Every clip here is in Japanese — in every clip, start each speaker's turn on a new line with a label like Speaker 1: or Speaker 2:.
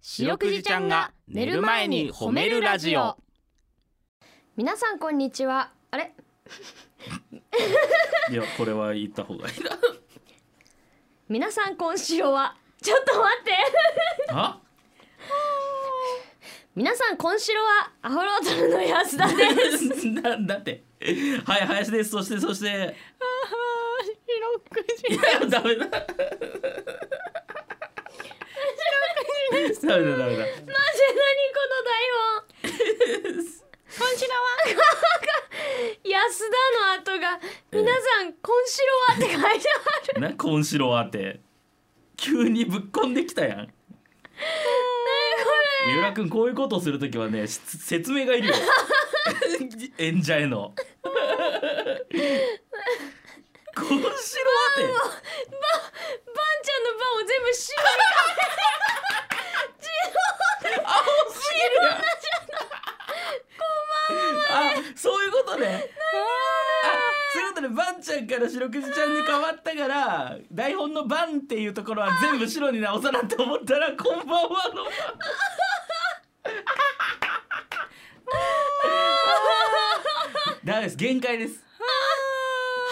Speaker 1: 白くじちゃんが寝る前に褒めるラジオ
Speaker 2: 皆さんこんにちはあれ
Speaker 3: いやこれは言った方がいいな
Speaker 2: 皆さん今週はちょっと待って
Speaker 3: あ
Speaker 2: 皆さん今週はアホロートルの安田です
Speaker 3: なだってはい林ですそしてそして
Speaker 1: 白く
Speaker 3: い
Speaker 1: じ
Speaker 3: やダメだダメだ
Speaker 2: マジ何
Speaker 3: ダメだ
Speaker 1: 今週の
Speaker 2: この台本安田の後が皆さん今週はって書いてある
Speaker 3: な今週はって急にぶっこんできたやん三浦君こういうことするときはねし説明が いるよ演者へ の今
Speaker 2: バ
Speaker 3: 週はって
Speaker 2: ンちゃんのバンを全部白
Speaker 3: すぎるあそういうことねあそういうことねバンちゃんから白くじちゃんに変わったから台本の「バン」っていうところは全部白に直さなって思ったら「こんばんは」の「ダメです限界です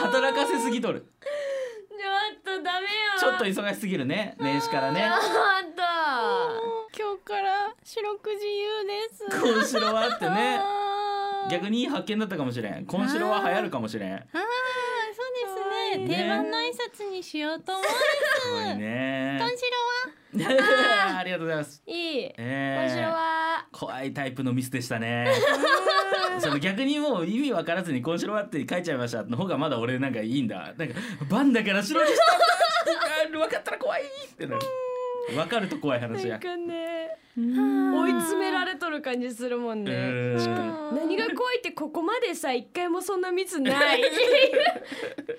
Speaker 3: 働かせすぎとる
Speaker 2: にちょっとダメよ
Speaker 3: ちょっと忙しすぎるね年始からね
Speaker 2: ちょっと
Speaker 1: 今日から白くじゆうです
Speaker 3: 今週はってね
Speaker 1: あー
Speaker 3: 逆にいい発見だったかもしれん今週は流行るかもしれん
Speaker 1: あーそうですね
Speaker 3: かわいいね
Speaker 1: 定番の挨拶にしよう と思う
Speaker 3: すごいね
Speaker 1: 今週 は
Speaker 3: ありがとうございます。
Speaker 2: いい今
Speaker 3: え
Speaker 2: 週
Speaker 3: ー、
Speaker 2: は
Speaker 3: 怖いタイプのミスでしたね。その逆にもう意味わからずに今週はって書いちゃいましたの方がまだ俺なんかいいんだ。なんかバンだから白にしたんだ。分かったら怖いってなる。分かると怖い話
Speaker 2: なん
Speaker 3: や。
Speaker 2: かね
Speaker 1: 追
Speaker 2: 追い詰めら
Speaker 1: れ
Speaker 2: れとる感じするもんね、
Speaker 3: う
Speaker 1: うんん
Speaker 2: 何が怖いってここまでさ一回もそんなミスない なんで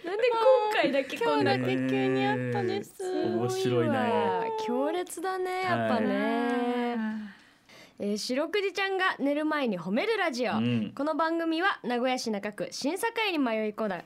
Speaker 2: 今回だけこん
Speaker 1: 今日
Speaker 2: な
Speaker 1: だけ急にあったです
Speaker 3: 面白いね
Speaker 2: わあ強烈だねやっぱね、えー、白くじちゃんが寝る前に褒めるラジオ、
Speaker 3: うん
Speaker 2: この番組は名古屋市中区審査会に迷い込んだ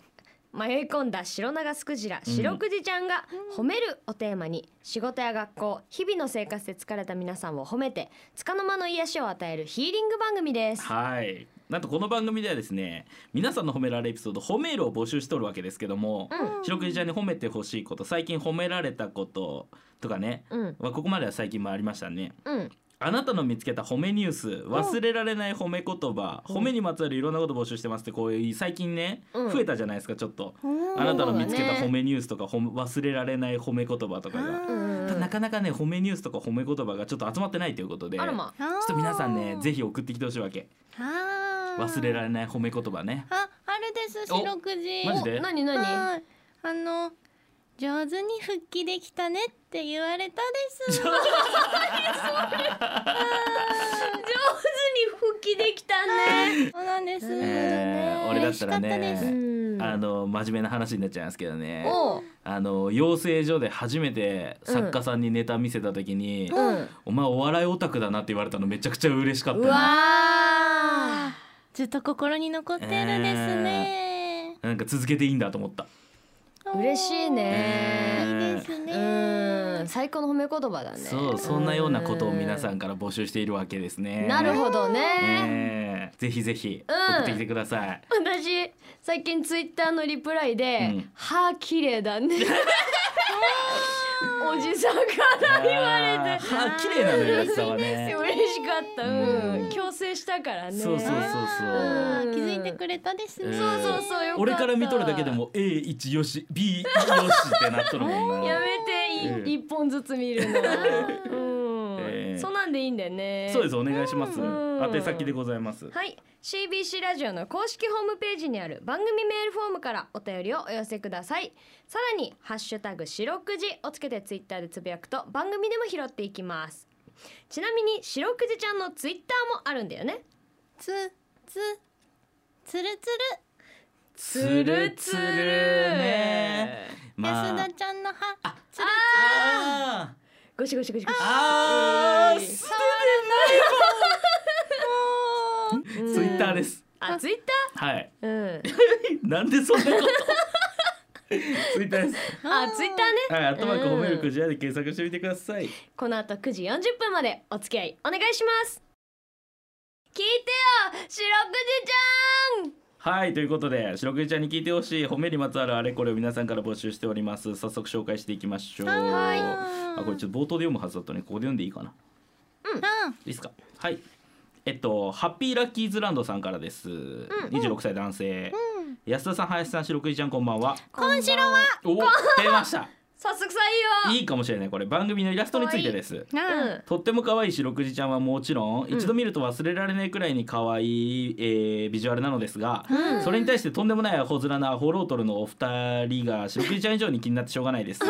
Speaker 2: 迷い込んだ白長スクジラ
Speaker 3: うん
Speaker 2: 白くじちゃんが褒めるをテーマに仕事や学校日々の生活で疲れた皆さんを褒めて束の間の癒しを与えるヒーリング番組です
Speaker 3: はい。なんとこの番組ではですね、皆さんの褒められエピソード、褒めるを募集しとるわけですけども、
Speaker 2: う
Speaker 3: 白くじちゃんに褒めてほしいこと、最近褒められたこととかね、
Speaker 2: うん
Speaker 3: まあここまでは最近もありましたね。
Speaker 2: うん
Speaker 3: あなたの見つけた褒めニュース忘れられない褒め言葉
Speaker 2: うん
Speaker 3: 褒めにまつわるいろんなこと募集してますってこういう最近ね
Speaker 2: うん
Speaker 3: 増えたじゃないですかちょっと
Speaker 1: うん
Speaker 3: あなたの見つけ
Speaker 2: そう
Speaker 3: た
Speaker 2: だね
Speaker 3: 褒めニュースとかほん忘れられない褒め言葉とかが
Speaker 2: うん
Speaker 3: ただなかなかね褒めニュースとか褒め言葉がちょっと集まってないということでち
Speaker 2: あら
Speaker 3: ょ
Speaker 2: ま
Speaker 3: っと皆さんねぜひ送ってきてほしいわけ忘れら
Speaker 1: れ
Speaker 3: れない褒め言葉ね
Speaker 1: ああれです
Speaker 3: お
Speaker 1: 白くじ
Speaker 3: マジで
Speaker 2: お何何
Speaker 1: はいあの上手に復帰できたねって言われたです
Speaker 2: 上手に復帰できたね
Speaker 1: そうなんです、
Speaker 3: えー
Speaker 1: 嬉
Speaker 3: 俺だったら
Speaker 1: しかった
Speaker 2: う
Speaker 1: で
Speaker 3: ね
Speaker 2: ん
Speaker 3: あの真面目な話になっちゃいますけどね
Speaker 2: おう
Speaker 3: あの養成所で初めて作家さんにネタ見せた時に、
Speaker 2: うん
Speaker 3: お前お笑いオタクだなって言われたのめちゃくちゃ嬉しかった
Speaker 2: う
Speaker 3: ね
Speaker 2: わ
Speaker 1: ずっと心に残ってるですね、
Speaker 3: なんか続けていいんだと思った
Speaker 2: ー嬉しいね
Speaker 1: いいですね、
Speaker 2: うん最高の褒め言葉だね
Speaker 3: そうそんなようなことを皆さんから募集しているわけですね
Speaker 2: なるほどね
Speaker 3: ねえぜひぜひ
Speaker 2: うん
Speaker 3: 送ってきてください、
Speaker 2: 私最近ツイッターのリプライで
Speaker 3: うん
Speaker 2: 「歯綺麗だ ね」おじさんから言われ
Speaker 3: あー
Speaker 2: て
Speaker 3: 歯綺麗なのよ安田はね
Speaker 2: 嬉しかったう
Speaker 3: うんん
Speaker 2: 強制したからね
Speaker 3: そうそうそう
Speaker 1: あ
Speaker 3: そ
Speaker 1: ー気づいてくれたですね、
Speaker 3: うん
Speaker 2: そうそうそうよかっ
Speaker 3: う
Speaker 2: た
Speaker 3: 俺から見とるだけでも A1 よし B1 よしってなっとるもん な
Speaker 2: やめて
Speaker 3: うん
Speaker 2: い一本ずつ見る の。うん。
Speaker 3: ええ
Speaker 2: そんなんでいいんだよね。
Speaker 3: そうですお願いします
Speaker 2: うん
Speaker 3: 宛先でございます
Speaker 2: はい CBC ラジオの公式ホームページにある番組メールフォームからお便りをお寄せくださいさらに「ハッシュタグ白くじ」をつけてツイッターでつぶやくと番組でも拾っていきますちなみに白くじちゃんのツイッターもあるんだよね
Speaker 1: つつつるつ
Speaker 3: つるつるね
Speaker 1: る
Speaker 3: まあ
Speaker 1: 安田ちゃんの歯つる
Speaker 3: あー
Speaker 2: ゴシゴシゴシゴシ
Speaker 3: あー
Speaker 2: えー
Speaker 3: 捨ててないわツイッターです
Speaker 2: あツイッ
Speaker 3: はい
Speaker 2: ターうん
Speaker 3: なんでそんなこツイッターです。
Speaker 2: あツイッターね
Speaker 3: はい、アットマーク褒めるクジラで検索してみてください。
Speaker 2: この後9時40分までお付き合いお願いします聞いてよ白くじちゃん
Speaker 3: はいということで白くじちゃんに聞いてほしい褒めにまつわるあれこれを皆さんから募集しております早速紹介していきましょう
Speaker 1: はい
Speaker 3: あこれちょっと冒頭で読むはずだったねここで読んでいいかない
Speaker 1: うん
Speaker 3: いですかはいえっとハッピーラッキーズランドさんからです、26歳男性、安田さん林さん白くじちゃんこんばんは
Speaker 2: 今白は
Speaker 3: お出ました
Speaker 2: 早速採用
Speaker 3: いいかもしれないこれ番組のイラストについてです
Speaker 1: なあ
Speaker 3: とっても可愛い白くじちゃんはもちろん一度見ると忘れられないくらいに可愛い、えービジュアルなのですが、それに対してとんでもないアホ面なアホロートルのお二人が白くじちゃん以上に気になってしょうがないです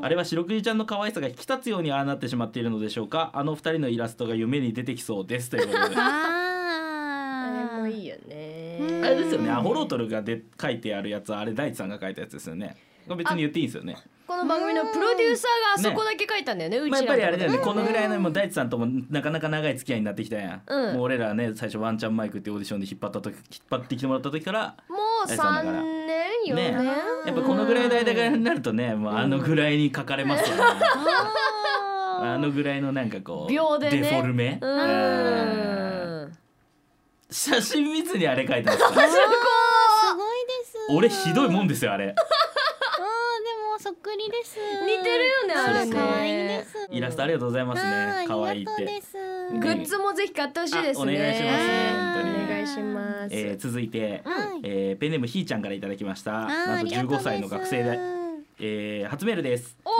Speaker 3: あれは白くじちゃんの可愛さが引き立つようにああなってしまっているのでしょうかあの二人のイラストが夢に出てきそうですということで
Speaker 1: あ
Speaker 2: あれもい
Speaker 1: い
Speaker 2: いよね
Speaker 1: うん
Speaker 3: あれですよねアホロートルがで書いてあるやつはあれ大地さんが書いたやつですよねこれ別に言っていいんですよね
Speaker 2: この番組のプロデューサーがあそこだけ書いたんだよねう
Speaker 3: まあ、
Speaker 2: ち
Speaker 3: やっ
Speaker 2: ら
Speaker 3: ぱ
Speaker 2: の
Speaker 3: りあれ
Speaker 2: と
Speaker 3: だ
Speaker 2: こ
Speaker 3: よね、このぐらいのもう大地さんともなかなか長い付き合いになってきたやん、
Speaker 2: うん
Speaker 3: もう俺らね最初ワンチャンマイクっていうオーディションで引っ張った時引っ張ってきてもらった時から
Speaker 2: もう
Speaker 3: 大地さんだから
Speaker 2: 3年4年、
Speaker 3: ねやっぱこのぐらいの間柄になるとね、もうあのぐらいに書かれますよね、あのぐらいのなんかこ う
Speaker 2: 秒でね
Speaker 3: デフォルメ、
Speaker 2: うん
Speaker 3: うん写真見ずにあれ書いてます
Speaker 1: あ
Speaker 3: か
Speaker 1: ーすごいです
Speaker 3: 俺ひどいもんですよあれ
Speaker 1: あーでもそっくりです
Speaker 2: 似てるよねあれね
Speaker 3: そうですね
Speaker 1: 可愛いです
Speaker 3: イラストありがとうございます
Speaker 1: あ
Speaker 3: ね
Speaker 1: ー
Speaker 3: 可愛いって
Speaker 1: ありがとうです
Speaker 3: ん
Speaker 2: グッズもぜひ買ってほしいですね
Speaker 3: あお願いします
Speaker 1: ね本当に
Speaker 2: お願いします、
Speaker 3: えー続いて、
Speaker 1: はい
Speaker 3: えーペンネームひーちゃんからいただきました
Speaker 1: あー
Speaker 3: な
Speaker 1: あ
Speaker 3: ん
Speaker 1: り
Speaker 3: と
Speaker 1: がとうご
Speaker 3: 15
Speaker 1: ざ
Speaker 3: 歳
Speaker 1: いま
Speaker 3: の
Speaker 1: す
Speaker 3: 学生で、えー初メールです
Speaker 2: お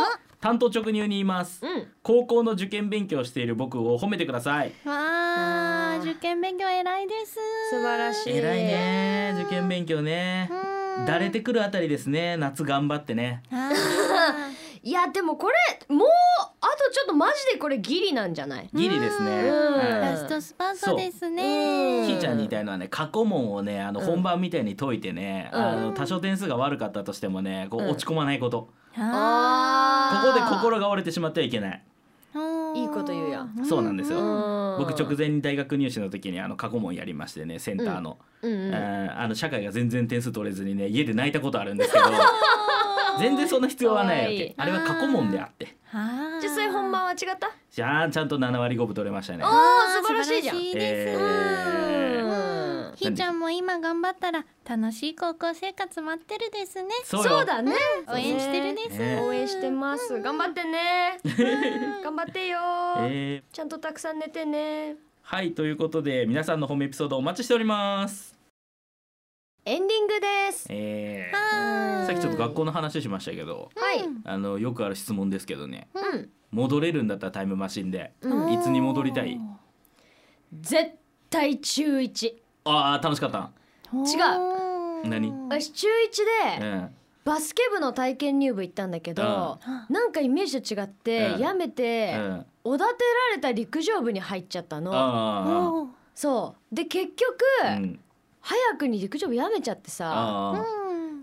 Speaker 3: 担当直入にいます、
Speaker 2: うん
Speaker 3: 高校の受験勉強している僕を褒めてください
Speaker 1: わあ受験勉強偉いです
Speaker 2: 素晴らしい
Speaker 3: 偉いね受験勉強ね
Speaker 1: うん
Speaker 3: だれてくるあたりですね夏頑張ってね
Speaker 1: あ
Speaker 2: いやでもこれもうあとちょっとマジでこれギリなんじゃない
Speaker 3: ギリですね、
Speaker 2: うん
Speaker 1: ー
Speaker 3: は
Speaker 1: ラストスパートです
Speaker 2: そう
Speaker 1: ね
Speaker 3: いひーちゃんに言いたいのはね過去問をねあの
Speaker 2: うん
Speaker 3: 本番みたいに解いてね、
Speaker 2: うん
Speaker 3: あの多少点数が悪かったとしてもねこ
Speaker 2: うん
Speaker 3: う落ち込まないこと、
Speaker 1: あ
Speaker 3: ここで心が折れてしまってはいけない
Speaker 1: ー
Speaker 2: いいこと言うや
Speaker 1: ん
Speaker 3: そうなんですよ僕直
Speaker 2: 前
Speaker 3: 前に大学入試の時にあの過去問やりましてねセンターの、
Speaker 2: うんうん
Speaker 3: あーあの社会が全然点数取れずにね家で泣いたことあるんで すけど全然そんな必要はないわけ
Speaker 2: か
Speaker 3: あれは過去問であって
Speaker 1: あー
Speaker 2: 実際本番は違った
Speaker 3: じゃあちゃんと7割5分取れましたね
Speaker 2: お
Speaker 1: あー
Speaker 2: 素晴らしいじゃん
Speaker 1: 素晴らしいです、
Speaker 3: えー
Speaker 2: うん
Speaker 1: ひーちゃんも今頑張ったら楽しい高校生活待ってるですね
Speaker 3: そうよ
Speaker 2: そうだね
Speaker 1: 応援してるです、
Speaker 3: ね
Speaker 2: 応援してます頑張ってねうん頑張ってよ
Speaker 3: えー
Speaker 2: ちゃんとたくさん寝てね
Speaker 3: はいということで皆さんのホームエピソードお待ちしております
Speaker 2: エンディングです
Speaker 3: え
Speaker 1: は
Speaker 3: ー
Speaker 1: ーい
Speaker 3: さっきちょっと学校の話しましたけど
Speaker 2: はい
Speaker 1: うん
Speaker 3: あのよくある質問ですけどね
Speaker 2: うん
Speaker 3: 戻れるんだったらタイムマシンで
Speaker 2: うん
Speaker 3: いつに戻りたい
Speaker 2: 絶対中1
Speaker 3: あー楽しかった
Speaker 1: 違
Speaker 3: 何
Speaker 2: 私中1
Speaker 3: う
Speaker 2: で
Speaker 3: ん
Speaker 2: バスケ部の体験入部行ったんだけどなんかイメージと違って
Speaker 3: うん
Speaker 2: やめ
Speaker 3: う
Speaker 2: て
Speaker 3: ん
Speaker 2: おだてられた陸上部に入っちゃったの
Speaker 3: あー
Speaker 2: そうで結局
Speaker 3: うん
Speaker 2: 早くに陸上部やめちゃってさ
Speaker 3: あー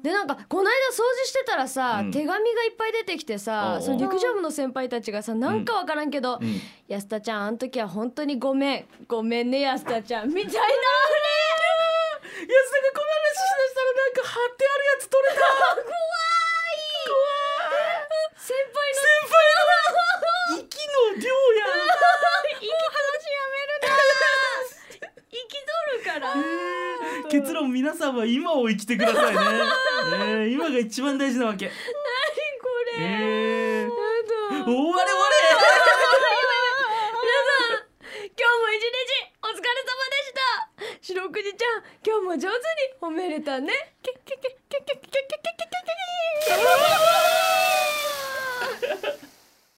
Speaker 2: でなんかこの間掃除してたらさ、
Speaker 3: うん
Speaker 2: 手紙がいっぱい出てきて
Speaker 3: おう
Speaker 2: さ
Speaker 3: おう
Speaker 2: その陸上部の先輩たちがさなんかわからんけど、
Speaker 3: うん
Speaker 2: 安田ちゃんあの時は本当にごめんごめんね安田ちゃんみたいな
Speaker 3: 安田がこの話しだしたらなんか貼ってあるやつ取れ た怖い
Speaker 2: 先
Speaker 3: 怖い息の量や
Speaker 2: 輩の息話や めるな生きとるから
Speaker 3: 結論皆さんは今を生きてくださいね、えー今が一番大事なわけ
Speaker 2: これ、
Speaker 3: えー、
Speaker 2: やだ
Speaker 3: 終われ終われ
Speaker 2: 今日も一日お疲れ様でした白くじちゃん今日も上手に褒めれたねけけけ